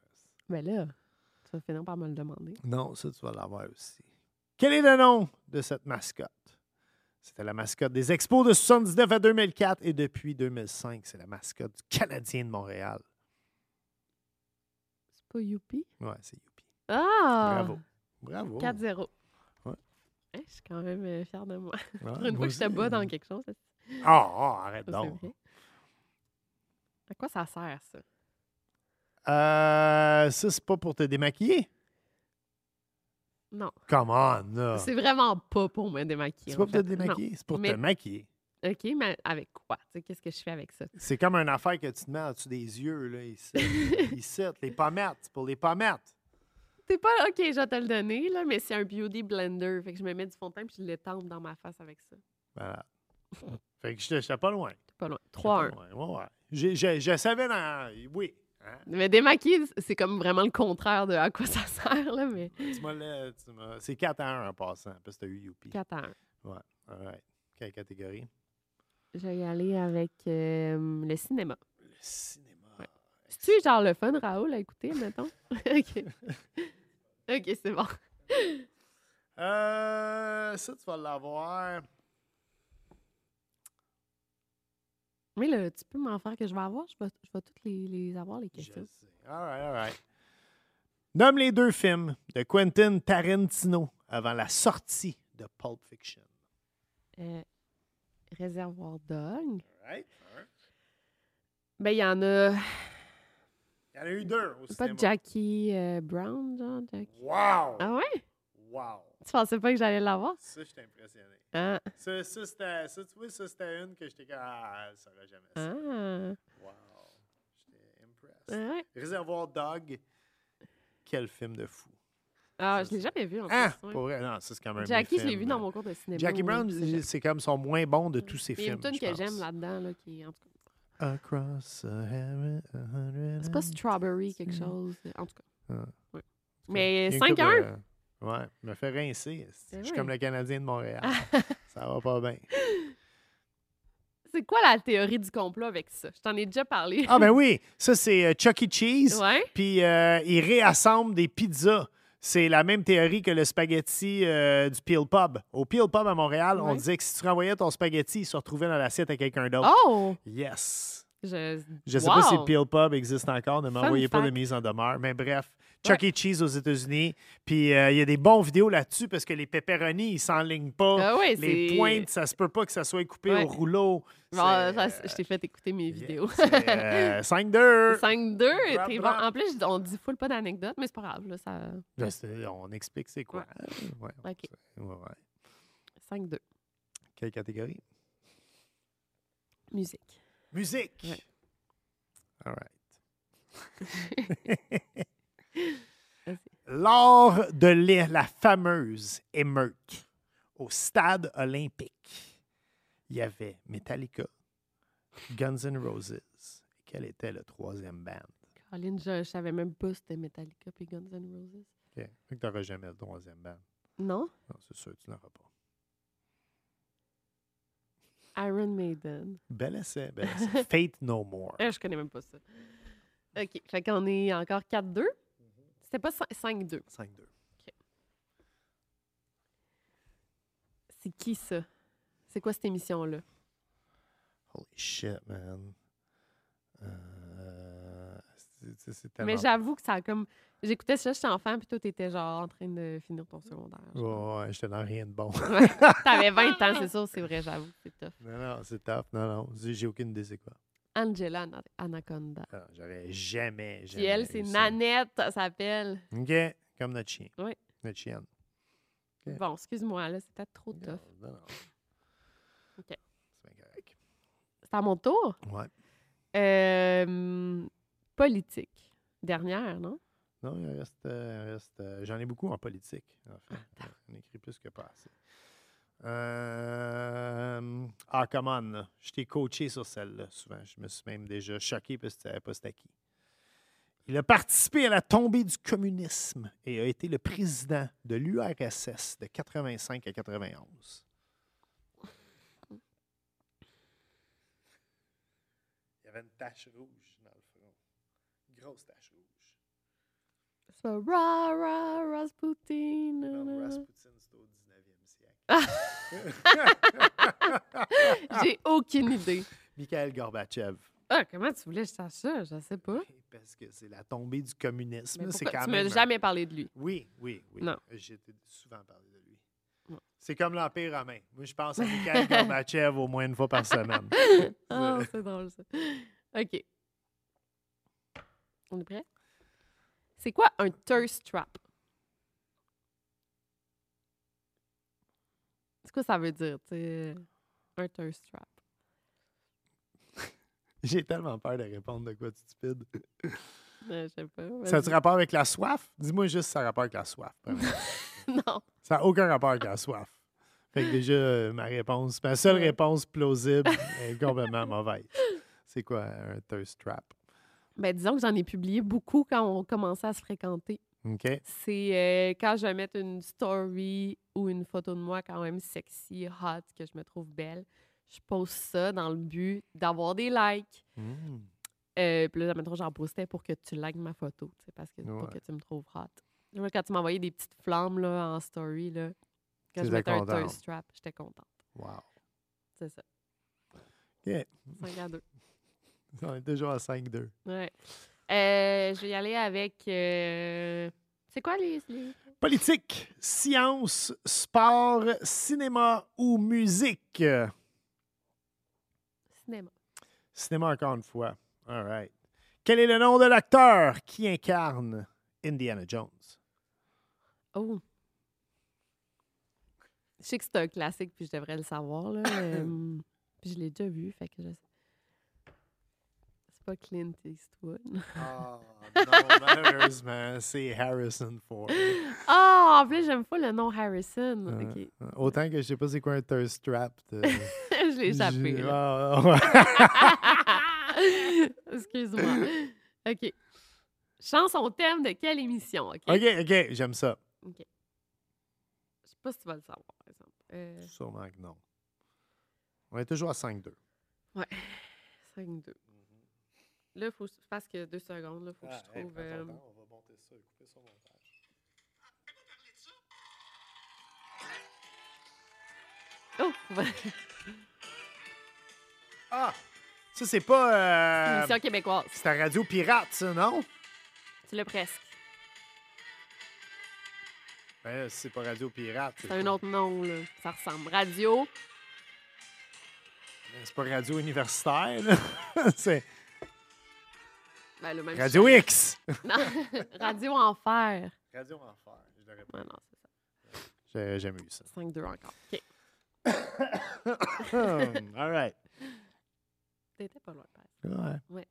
Ben là, tu vas finir par me le demander. Non, ça, tu vas l'avoir aussi. Quel est le nom de cette mascotte? C'était la mascotte des Expos de 79 à 2004 et depuis 2005, c'est la mascotte du Canadien de Montréal. C'est pas Youpi? Ouais, c'est Youpi. Ah! Bravo. Bravo. 4-0. Ouais. Hein, je suis quand même euh, fière de moi. Ouais, Pour une moi fois que je te bats aussi. dans quelque chose, ça, Ah, ah, arrête c'est donc. vrai. À quoi ça sert, ça? Euh, ça, c'est pas pour te démaquiller? Non. Come on, là. C'est vraiment pas pour me démaquiller. Ah. C'est en pas pour te fait. démaquiller, c'est pour te Mais- maquiller. Non. OK, mais avec quoi? Tu sais, Qu'est-ce que je fais avec ça? C'est comme une affaire que tu te mets en dessous des yeux, là, ici. ici, les pommettes, c'est pour les pommettes. C'est pas OK, je vais te le donner, là, mais c'est un beauty blender. Fait que je me mets du fond de teint puis je l'étampe dans ma face avec ça. Voilà. Fait que j'étais j'étais pas loin. T'es pas loin. J'étais pas 3-1. loin, ouais, ouais. Je, je- je savais dans. Oui. hein. Mais démaquiller, c'est comme vraiment le contraire de à quoi ça sert, là, mais Tu m'as le- tu m'as- C'est 4 à 1 en passant, parce que t'as eu Youpi. 4 à 1. Ouais. All right. Quelle catégorie? Je vais y aller avec euh, le cinéma. Le cinéma. C'est-tu genre le fun, Raoul, à écouter, mettons? OK. OK, c'est bon. Euh, ça, tu vas l'avoir. Mais là, tu peux m'en faire que je vais avoir. Je vais, je vais toutes les, les avoir, les Je questions. sais. All right, all right. Nomme les deux films de Quentin Tarantino avant la sortie de Pulp Fiction. Euh, réservoir Dog. All right. Ben, il y en a Il y en a eu deux au pas cinéma. de Jackie euh, Brown, genre. Jackie- Wow! Ah ouais? Wow! Tu pensais pas que j'allais l'avoir? Ça, je suis impressionné. Ah. Ça, ça, c'était, ça, tu vois, ça, c'était une que j'étais comme, ah, ça aurait jamais ça. Ah. Wow. J'étais impressed. Ah ouais? Réservoir Dog, quel film de fou. Ah, je l'ai jamais vu en Ah, plus. ouais. pour vrai, non, ça, c'est quand même un Jackie, bon je l'ai film. vu dans mon cours de cinéma. Jackie oui, Brown, c'est ça. c'est comme son moins bon de tous ses Mais Il y a films. une tune je que pense. j'aime là-dedans, là, qui est en tout cas. Across Sahara, a hundred C'est pas and- strawberry quelque chose. euh, En tout cas. Ah. Ouais. En tout cas, Mais il y a une 5 couple heures. de- Ouais, me fait rincer. Ben Je suis oui. comme le Canadien de Montréal. Ah. Ça va pas bien. C'est quoi la théorie du complot avec ça? Je t'en ai déjà parlé. Ah ben oui, ça c'est euh, Chuck E. Cheese. Ouais. Puis euh, ils réassemblent des pizzas. C'est la même théorie que le spaghetti euh, du Peel Pub. Au Peel Pub à Montréal, on Ouais. disait que si tu renvoyais ton spaghetti, il se retrouvait dans l'assiette à quelqu'un d'autre. Oh! Yes. Je, Je sais pas si le Wow! Peel Pub existe encore, ne m'envoyez pas de fact. mise en demeure. Mais bref, Chuck E. Cheese aux États-Unis. Puis euh, il y a des bons vidéos là-dessus parce que les pepperonis, ils s'enlignent pas. Ah ouais, les c'est- pointes, ça se peut pas que ça soit coupé Ouais. au rouleau. Bon, C'est- euh, ça, je t'ai fait écouter mes vidéos. c'est, euh, 5-2. 5-2, Brap, t'es bon. brap. En plus, on dit full pas d'anecdotes, mais c'est pas grave. Là, ça... Là, c'est- on explique c'est quoi. Ah, Ouais, on OK. sait. Ouais, ouais. 5-2. Quelle catégorie? Musique. Musique. Ouais. All right. Lors de l'é- la fameuse émeute au stade olympique, il y avait Metallica, Guns N' Roses. Quel était le troisième band? Caroline, je, je savais même pas c'était Metallica et Guns N' Roses. OK. Tu n'auras jamais le troisième band. Non? Non, c'est sûr, tu n'auras pas. Iron Maiden. Bel essai, bel essai. Fate No More. Euh, je connais même pas ça. OK, fait qu'on est encore 4-2. Mm-hmm. C'était pas cin- 5-2. 5-2. C'est qui ça? C'est quoi cette émission-là? Holy shit, man. Euh, c'est- c'est- c'est Mais tellement- j'avoue que ça a comme. J'écoutais ça, j'étais enfant, puis toi, t'étais genre en train de finir ton secondaire. genre. Ouais, ouais, j'étais dans rien de bon. Ouais. T'avais 20 ans, c'est sûr, c'est vrai, j'avoue, c'est tough. non, non, c'est top. Non, non, j'ai j'ai aucune idée c'est quoi. Angela Ana- Anaconda. Non, non, J'aurais jamais, Puis jamais. elle, c'est eu ça. Nanette, ça s'appelle. OK, comme notre chien. Oui. Notre chienne. Ok. Bon, excuse-moi, là, c'était trop tough. Non, non. OK. C'est bien correct. C'est à mon tour. Ouais. Euh, politique. Dernière, non? Non, il en reste. euh, il en reste, euh, J'en ai beaucoup en politique, en fait. Ouais, J'en écris plus que pas assez. Euh, Ah, come on. là. Je t'ai coaché sur celle-là, souvent. Je me suis même déjà choqué parce que tu savais pas c'était qui. Il a participé à la tombée du communisme et a été le président de l'URSS de 85 à 91. Il y avait une tache rouge dans le front. Grosse tache rouge. C'est pas Ra, Ra, Rasputin. Non, nanana. Rasputin, c'est au 19e siècle. Ah. J'ai aucune idée. Mikhail Gorbatchev. Ah, comment tu voulais que je sache ça? Je sais pas. Parce que c'est la tombée du communisme. Mais c'est pourquoi- quand tu même. m'as un- jamais parlé de lui. Oui, oui, oui. Non. J'ai souvent parlé de lui. Non. C'est comme l'Empire romain. Moi, je pense à Mikhail Gorbatchev au moins une fois par semaine. Ah, c'est drôle, ça. OK. On est prêt? C'est quoi un thirst trap? C'est quoi ça veut dire, tu sais, euh, un thirst trap? J'ai tellement peur de répondre de quoi tu stupide. Euh, je sais pas. Ça vas-y. a-tu rapport avec la soif? Dis-moi juste si ça a rapport avec la soif. vraiment. non. ça n'a aucun rapport avec la soif. Fait que déjà, euh, ma réponse, ma seule réponse plausible est complètement mauvaise. C'est quoi un thirst trap? Ben, disons que j'en ai publié beaucoup quand on commençait à se fréquenter. OK? C'est euh, quand je vais mettre une story ou une photo de moi quand même sexy, hot, que je me trouve belle. Je pose ça dans le but d'avoir des likes. Mm. Euh, puis là, admettons, j'en postais pour que tu likes ma photo, tu sais, parce que pour Ouais. que tu me trouves hot. Moi, quand tu m'envoyais des petites flammes là, en story, là, quand je T'étais mettais un contente. thirst trap, j'étais contente. Wow. C'est ça. OK. 5 à 2. On est déjà à 5-2. Ouais. Euh, je vais y aller avec. euh, C'est quoi les. les- Politique, science, sport, cinéma ou musique? Euh, Cinéma. Cinéma encore une fois. All right. Quel est le nom de l'acteur qui incarne Indiana Jones? Oh. Je sais que c'est un classique, puis je devrais le savoir. Là. euh, puis je l'ai déjà vu, fait que je sais. C'est pas Clint Eastwood. Ah, non, malheureusement, c'est Harrison Ford. Ah, en plus, j'aime pas le nom Harrison. Euh. Ok. Autant que je sais pas c'est quoi un thirst trap. de- Ah, je l'ai échappé. J'ai- là. Ah, ouais. Excuse-moi. OK. Chanson thème de quelle émission? OK. OK, OK, j'aime ça. Je sais pas si tu vas le savoir, par exemple. Euh, Sûrement que non. On est toujours à 5-2. ouais. 5-2. Là, il faut que je fasse que deux secondes. Là, faut que Ah, je trouve. euh, Oh! Ah! Ça, c'est pas. euh, Émission québécoise. c'est ta radio pirate, ça, non? Tu l'as presque. Ben, c'est pas radio pirate. C'est un autre nom, là. Ça ressemble. Radio. C'est pas radio universitaire, là. c'est Ben, le même Radio X! Non. Radio Enfer. Radio Enfer, je l'aurais Ouais, non, c'est ça. J'ai jamais eu ça. 5-2 encore. OK. Hum, All right. T'étais pas loin, par exemple. Ouais. Ouais.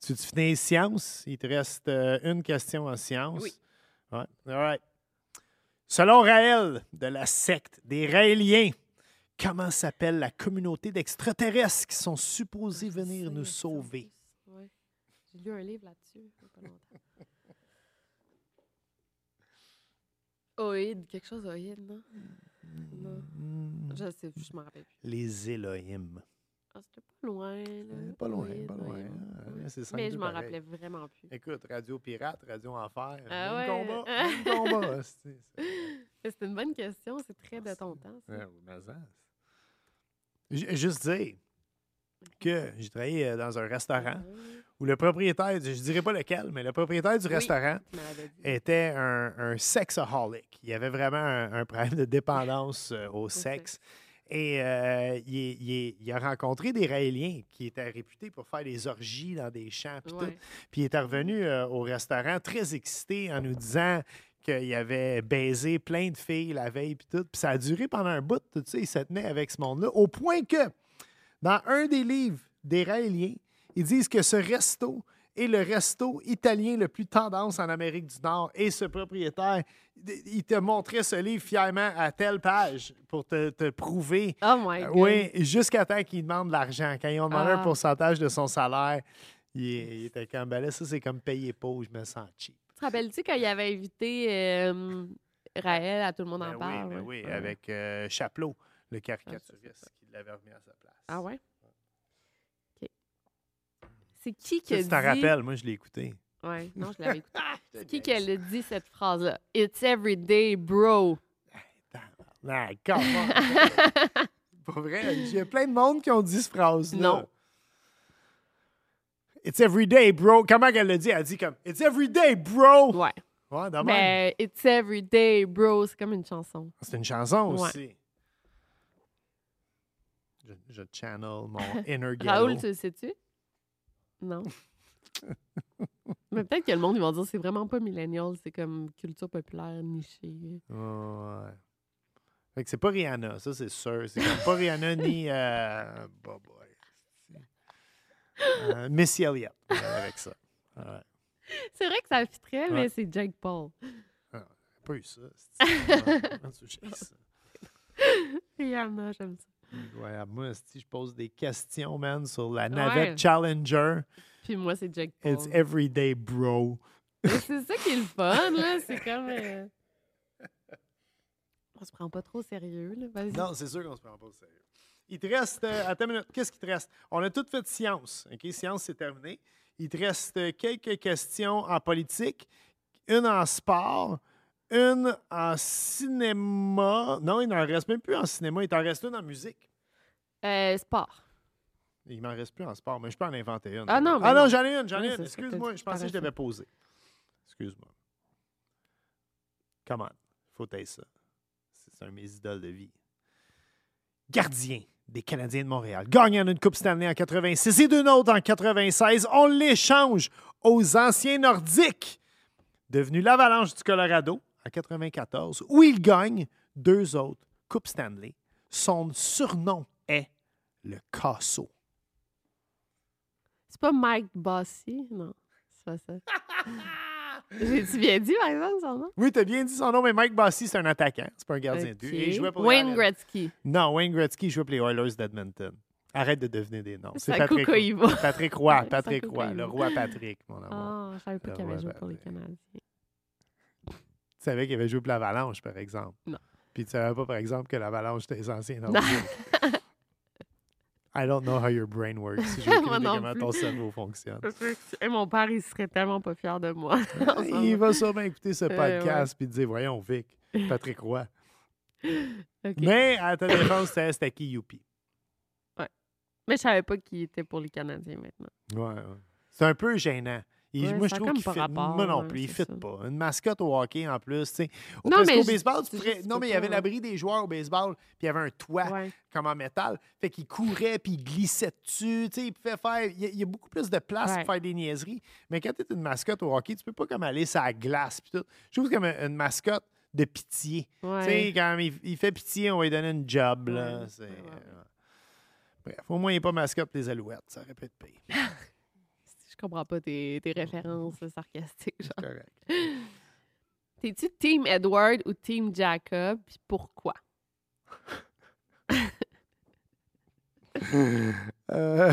Tu, tu finis science. Il te reste euh, une question en science. Oui. Ouais. All right. Selon Raël, de la secte des Raéliens, comment s'appelle la communauté d'extraterrestres qui sont supposés Ah, venir nous sauver? Ouais. J'ai lu un livre là-dessus, il y a pas longtemps. Oïde, quelque chose d'oïde, non? Non. Hmm. Je sais, je me rappelle plus. Les Elohim. Ah, c'était pas loin, là. Pas loin, Oïde, pas loin. Oïde. Ah, ouais, c'est Euh, Mais 5-2 je m'en pareil. rappelais vraiment plus. Écoute, Radio Pirate, Radio Enfer, Ah même ouais. combat, même combat. hostie. C'est une bonne question, c'est très Ah, de ton temps. ça. Ouais, oui, mais ça, c'est- Ju- Juste dire que j'ai travaillé euh, dans un restaurant où le propriétaire, du- je dirais pas lequel, mais le propriétaire du restaurant Tu me l'avais dit. était un, un sexaholic. Il avait vraiment un, un problème de dépendance euh, au sexe. Et euh, il, est- il est- il a rencontré des Raéliens qui étaient réputés pour faire des orgies dans des champs. Puis tout. Ouais. Puis il est revenu euh, au restaurant très excité en nous disant qu'il avait baisé plein de filles la veille. Puis tout. Puis ça a duré pendant un bout. Tu sais, il se tenait avec ce monde-là. Au point que dans un des livres des Raéliens, ils disent que ce resto est le resto italien le plus tendance en Amérique du Nord. Et ce propriétaire, d- il te montrait ce livre fièrement à telle page pour te, te prouver. Euh, Oh my God. oui, jusqu'à temps qu'il demande de l'argent. Quand ils ont demandé un Ah. pourcentage de son salaire, il, il était comme, ben là, ça, c'est comme payer pauvre, je me sens cheap. Tu te rappelles-tu quand il avait invité euh, Raël à Tout le monde Ben en oui, parle? ben Ah bah ouais. oui, Ouais. avec euh, Chapelot, le caricaturiste, qui l'avait remis à sa place. Ah ouais? OK. C'est qui qui Ça, a Tu dit... t'en rappelles, moi, je l'ai écouté. Ouais, non, je l'avais écouté. C'est Ah, qui qui a le dit cette phrase-là? It's every day, bro. Ah, come on. Pas vrai. Il y a plein de monde qui ont dit cette phrase-là. Non. It's every day, bro. Comment qu'elle le dit? Elle dit comme It's every day, bro. Ouais. Ah Ben, Ouais, de même. Mais It's every day, bro, c'est comme une chanson. C'est une chanson Ouais. aussi. Je, je channel mon inner Raoul, gallo. tu le sais-tu? Non. Mais peut-être que le monde, ils vont dire c'est vraiment pas millennial, c'est comme culture populaire, nichée. Ouais. Fait que c'est pas Rihanna, ça c'est sûr. C'est comme pas Rihanna ni. Euh, bah, boy. Euh, Missy Elliott euh, avec ça. Ouais. C'est vrai que ça fitrait, Ouais. mais c'est Jake Paul. pas eu ça. c'est ça. Rihanna, j'aime ça. Incroyable. Moi, si je pose des questions, man, sur la navette Ouais. Challenger, Puis moi, c'est Jake Paul. it's everyday, bro. Mais c'est ça qui est le fun, là. C'est comme. euh, On se prend pas trop au sérieux, là. Vas-y. Non, c'est sûr qu'on se prend pas au sérieux. Il te reste, euh, attends une minute, qu'est-ce qui te reste? On a tout fait science, OK? Science, c'est terminé. Il te reste euh, quelques questions en politique, une en sport, une en cinéma. Non, il n'en reste même plus en cinéma, il t'en reste une en musique. Euh, sport. Il m'en reste plus en sport, mais je peux en inventer une. Ah non, mais Ah non, non. j'en ai une, j'en Oui, ai c'est une. ça, Excuse-moi, t'as- je pensais que je t'as t'avais posé. Excuse-moi. Come on, faut taire ça. C'est un de mes idoles de vie. Gardien des Canadiens de Montréal, gagnant d'une Coupe Stanley en 86 et d'une autre en 96, on l'échange aux anciens nordiques, devenus l'Avalanche du Colorado en 94, où il gagne deux autres Coupes Stanley. Son surnom est le Casso. C'est pas Mike Bossy, non. C'est pas ça. J'ai-tu bien dit, par exemple, son nom? Oui, t'as bien dit son nom, mais Mike Bossy, c'est un attaquant. C'est pas un gardien de but. Ok. Et il jouait pour les Wayne Islanders. Gretzky. Non, Wayne Gretzky jouait pour les Oilers d'Edmonton. Arrête de deviner des noms. C'est Ça Patrick, cocoïva. Patrick Roy. Ça Patrick Roy. cocoïva. Le roi Patrick, mon amour. Ah, je savais pas Ah, qu'il avait ouais, joué ben, pour les ben. Canadiens. Tu savais qu'il avait joué pour l'Avalanche, par exemple. Non. Puis tu savais pas, par exemple, que l'Avalanche était essentielle. Non. I don't know how your brain works. J'ai aucune Moi idée non comment plus. ton cerveau fonctionne. C'est sûr que- Et mon père, il serait tellement pas fier de moi. en ce Il moment. va sûrement écouter ce Eh ouais. podcast puis dire Voyons, Vic, Patrick Roy. Ok. Mais... Mais à ta défense, c'était c'était qui, Youpi? je savais pas qu'il était pour les Canadiens maintenant. Ouais, ouais. C'est un peu gênant. Il- Ouais, moi, ça a je trouve comme qu'il pas fit. rapport, moi non hein, plus, il c'est fit ça. pas. Une mascotte au hockey, en plus. tu sais. Au, Non, parce mais qu'au je- baseball, tu c'est pourrais- juste, tu non, peux mais il y avait pas- la brie des joueurs au baseball, puis il y avait un toit Ouais. comme en métal. Fait qu'il courait, puis il glissait dessus. tu sais, Il pouvait faire. Il y, a- il y a beaucoup plus de place Ouais. pour faire des niaiseries. Mais quand tu es une mascotte au hockey, tu peux pas comme aller sur la glace. puis tout. Je trouve que comme une, une mascotte de pitié. Ouais. Tu sais, quand il, il fait pitié, on va lui donner une job. Là. Ouais, C'est- ouais, ouais. Bref, au moins, il n'est pas mascotte des Alouettes. Ça aurait pu être pire. Je comprends pas tes, tes références là, sarcastiques. genre. C'est correct. T'es-tu Team Edward ou Team Jacob? Puis pourquoi? Euh,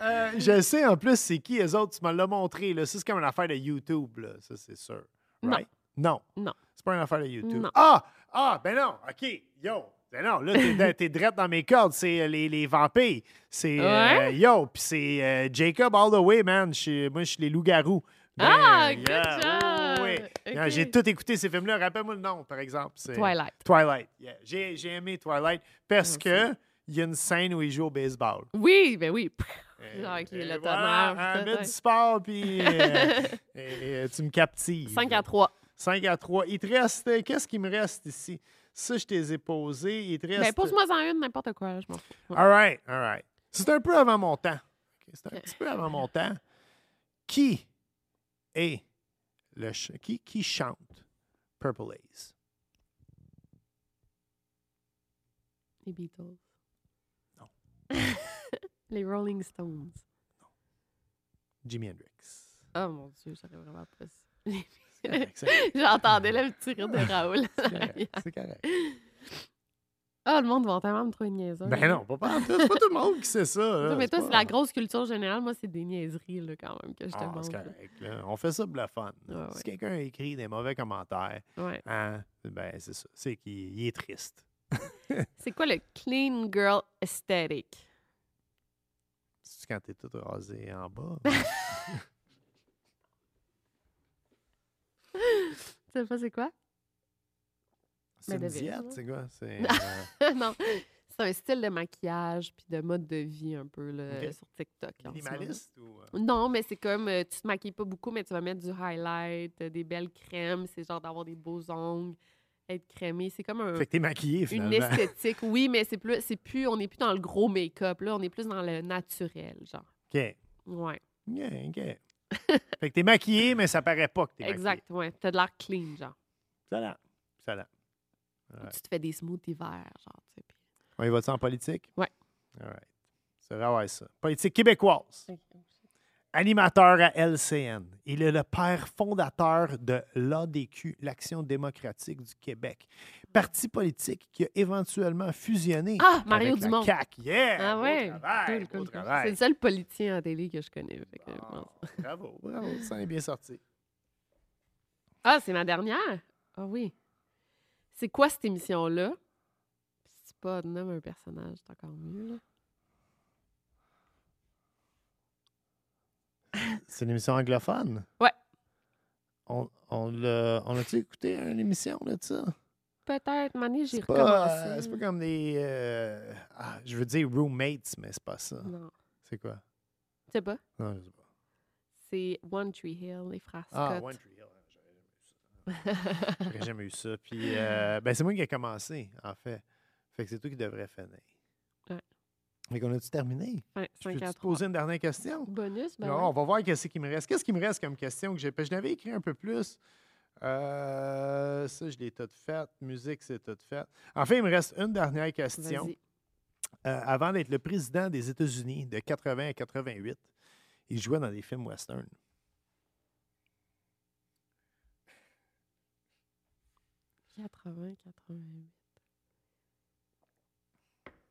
euh, je sais en plus c'est qui les autres, tu me l'as montré. Là. Ça, c'est comme une affaire de YouTube, là. ça c'est sûr. Non. Right? Non. Non. C'est pas une affaire de YouTube. Non. Ah! Ah, ben non, OK, yo. Ben non, là, t'es, dans- t'es drette dans mes cordes, c'est euh, les, les vampires. C'est euh, Ouais? yo, puis c'est euh, Jacob all the way, man. Je suis- moi, je suis les loups-garous. Ben, Ah, good yeah, oui, oui, job! oui. Ok. Non, j'ai tout écouté ces films-là. Rappelle-moi le nom, par exemple. c'est- Twilight. Twilight. yeah. J'ai, j'ai aimé Twilight parce que il y a une scène où il joue au baseball. Oui, ben oui. Genre avec Et les- le Eh ben voilà, tonnerre. un tout, bit ouais. du sport, puis euh, et- et tu me captives. 5 à 3. 5 à 3. Il te reste, euh, qu'est-ce qui me reste ici? Ça, je t'ai posé. Il te reste. euh, Ben, pose-moi-en une, n'importe quoi, je m'en fous. Ouais. All right, all right. C'est un peu avant mon temps. Ok, C'est Euh. un petit peu avant mon temps. Qui est le ch- qui, qui chante Purple Haze? Les Beatles. Non. les Rolling Stones. Jimi Hendrix. Oh mon Dieu, j'aurais vraiment pas C'est correct, su. c'est correct, J'entendais le petit rire de Raoul. c'est correct, C'est correct. Ah, le monde va tellement me trouver niaiseuse. Ben non, pas, pas, c'est pas tout le monde qui sait ça. là, mais toi, pas- c'est la grosse culture générale. Moi, c'est des niaiseries, là, quand même, que je te Ah, montre. c'est correct. là. On fait ça pour le fun. là. Ouais, ouais. Si quelqu'un écrit des mauvais commentaires, Ouais. hein, ben c'est ça. C'est qu'il il est triste. C'est quoi le clean girl aesthetic? C'est quand t'es tout rasé en bas. Tu sais pas c'est quoi? c'est une devine, diète, là. c'est quoi? C'est, euh, non. C'est un style de maquillage puis de mode de vie un peu là, Ok. sur TikTok. en ce moment. Minimaliste ou. euh, Non, mais c'est comme euh, tu te maquilles pas beaucoup, mais tu vas mettre du highlight, euh, des belles crèmes, c'est genre d'avoir des beaux ongles, être crémé. C'est comme un- Fait que t'es maquillé une finalement. esthétique, oui, mais c'est plus, c'est plus, on n'est plus dans le gros make-up là, on est plus dans le naturel, genre. OK. Ouais, OK, OK. fait que t'es maquillé, mais ça paraît pas que t'es maquillé. exact, ouais. T'as de l'air clean, genre. Excellent. Excellent. Ouais. Tu te fais des smoothies verts, genre. tu sais, puis- On y va-tu en politique? Ouais. All right. C'est vrai, ouais, ça. Politique québécoise. Animateur à LCN. Il est le père fondateur de l'ADQ, l'Action démocratique du Québec. Parti politique qui a éventuellement fusionné Ah, Mario avec Dumont. la CAQ. Yeah! Ah Eh, Beau ouais, travail, cool, beau cool, cool. travail. c'est le seul politicien en télé que je connais. fait que je pense- Bravo, bravo. Ça en est bien sorti. Ah, c'est ma dernière? Ah oui. C'est quoi cette émission-là? Si c'est pas nomme un personnage, c'est encore mieux. Là. C'est une émission anglophone. Ouais. On, on l'a on l'a-tu écouté une émission là, de ça? Peut-être, Mané, j'ai C'est pas, recommencé. euh, c'est pas comme des. euh, ah, je veux dire roommates, mais c'est pas ça. Non, C'est quoi? tu sais pas. Non, je sais pas. C'est One Tree Hill, les frères Ah, Scott. One Tree Hill. hein, J'aurais jamais eu ça. Puis, euh, ben, c'est moi qui ai commencé, en fait. Fait que c'est toi qui devrais finir. Ouais. Fait qu'on a-tu terminé? Ouais, Je 5 peux à te 3. poser une dernière question? Bonus, ben Non, ouais. on va voir qu'est-ce qui me reste. Qu'est-ce qui me reste comme question que j'ai parce que Je l'avais écrit un peu plus. Euh, ça, je l'ai toute faite. Musique, c'est toute faite. Enfin, il me reste une dernière question. Vas-y. Euh, avant d'être le président des États-Unis de 80 à 88, il jouait dans des films western.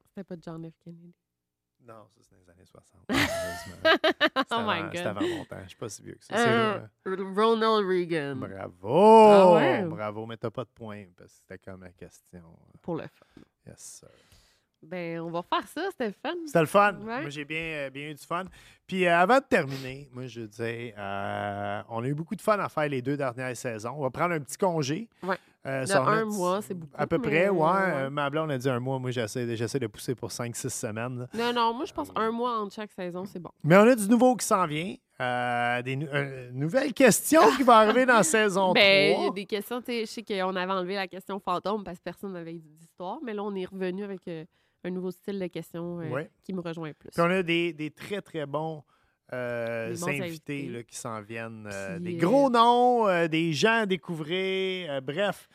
C'était pas John F. Kennedy. Non, ça, c'est dans les années 60. malheureusement. C'était oh avant- my God. C'était avant mon temps. Je suis pas si vieux que ça. C'est Euh, Ronald Reagan. vrai. Ah Bravo! ouais? Bravo, mais t'as pas de point parce que c'était comme ma question. euh, Pour le fun. Yes, sir. Ben, on va faire ça, c'était le fun. C'était le fun. Ouais. Moi, j'ai bien, euh, bien eu du fun. Puis euh, avant de terminer, moi, je disais, euh, on a eu beaucoup de fun à faire les deux dernières saisons. On va prendre un petit congé. Ouais. Euh, De se remettre- un mois, c'est beaucoup, À peu mais, près, ouais. ouais. Euh, Ma blonde a dit un mois. Moi, j'essaie j'essaie de pousser pour 5-6 semaines. là. Non, non, moi, je pense un mois entre chaque saison, c'est bon. Mais on a du nouveau qui s'en vient. Euh, des nou- euh, nouvelles questions qui vont arriver dans saison Ben, il y a 3. des questions, tu sais, je sais qu'on avait enlevé la question fantôme parce que personne n'avait dit d'histoire, mais là, on est revenu avec euh, un nouveau style de question euh, Ouais. qui me rejoint plus. Puis on a des, des très, très bons, euh, Des bons invités, invités. là, qui s'en viennent. euh, Puis, des euh, gros noms, euh, des gens à découvrir. euh, bref,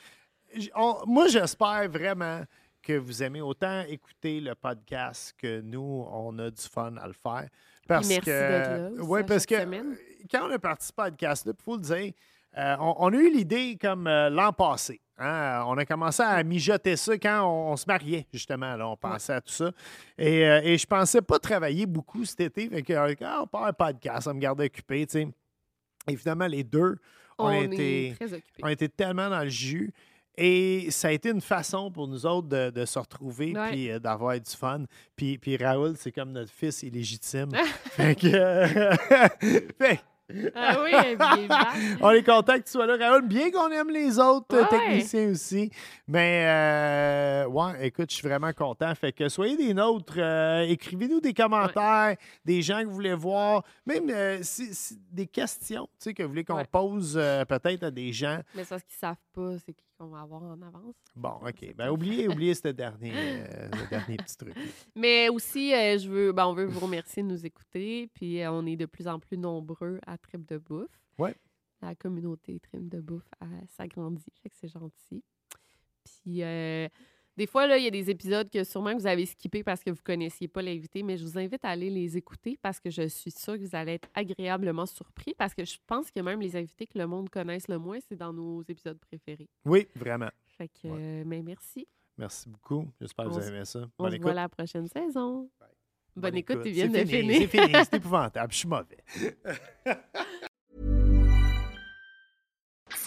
J- on- moi, j'espère vraiment que vous aimez autant écouter le podcast que nous, on a du fun à le faire. Parce merci que, d'être là aussi ouais, à parce que chaque semaine. euh, quand on a participé à ce podcast-là, il faut le dire, euh, on, on a eu l'idée comme euh, l'an passé. hein. On a commencé à mijoter ça quand on, on se mariait, justement. là. on pensait à tout ça. Et, euh, et je pensais pas travailler beaucoup cet été. Fait que, euh, ah, on part un podcast, ça me garde occupé. tu sais. Et finalement, les deux, on, On a est été- très occupés. on a été tellement dans le jus. Et ça a été une façon pour nous autres de, de se retrouver Ouais. puis euh, d'avoir du fun. Puis, puis Raoul, c'est comme notre fils illégitime. fait que. euh, fait- Ah oui, il est back. on est content que tu sois là, Raoul. Bien qu'on aime les autres euh, Ouais. techniciens aussi. Mais, euh, ouais, écoute, je suis vraiment content. Fait que soyez des nôtres. euh, Écrivez-nous des commentaires, des gens que vous voulez voir, même euh, si- si- des questions tu sais, que vous voulez qu'on Ouais. pose euh, peut-être à des gens. Mais c'est parce qu'ils savent pas c'est qui qu'on va avoir en avance. Bon, OK. Ben, oubliez, oubliez ce dernier, euh, ce dernier petit truc. Mais aussi, euh, je veux, ben, on veut vous remercier de nous écouter. Puis euh, on est de plus en plus nombreux à Trip de Bouffe. Ouais. La communauté Trip de Bouffe euh, s'agrandit, fait que c'est gentil. Puis euh, des fois, là, il y a des épisodes que sûrement que vous avez skippés parce que vous ne connaissiez pas l'invité, mais je vous invite à aller les écouter parce que je suis sûre que vous allez être agréablement surpris parce que je pense que même les invités que le monde connaisse le moins, c'est dans nos épisodes préférés. Oui, vraiment. Fait que, Ouais. euh, mais merci. Merci beaucoup. J'espère que On vous se- avez aimé ça. On Bonne se écoute. voit la prochaine saison. Bonne, écoute, tu viens C'est de fini, finir. C'est fini. C'est épouvantable. Je suis mauvais.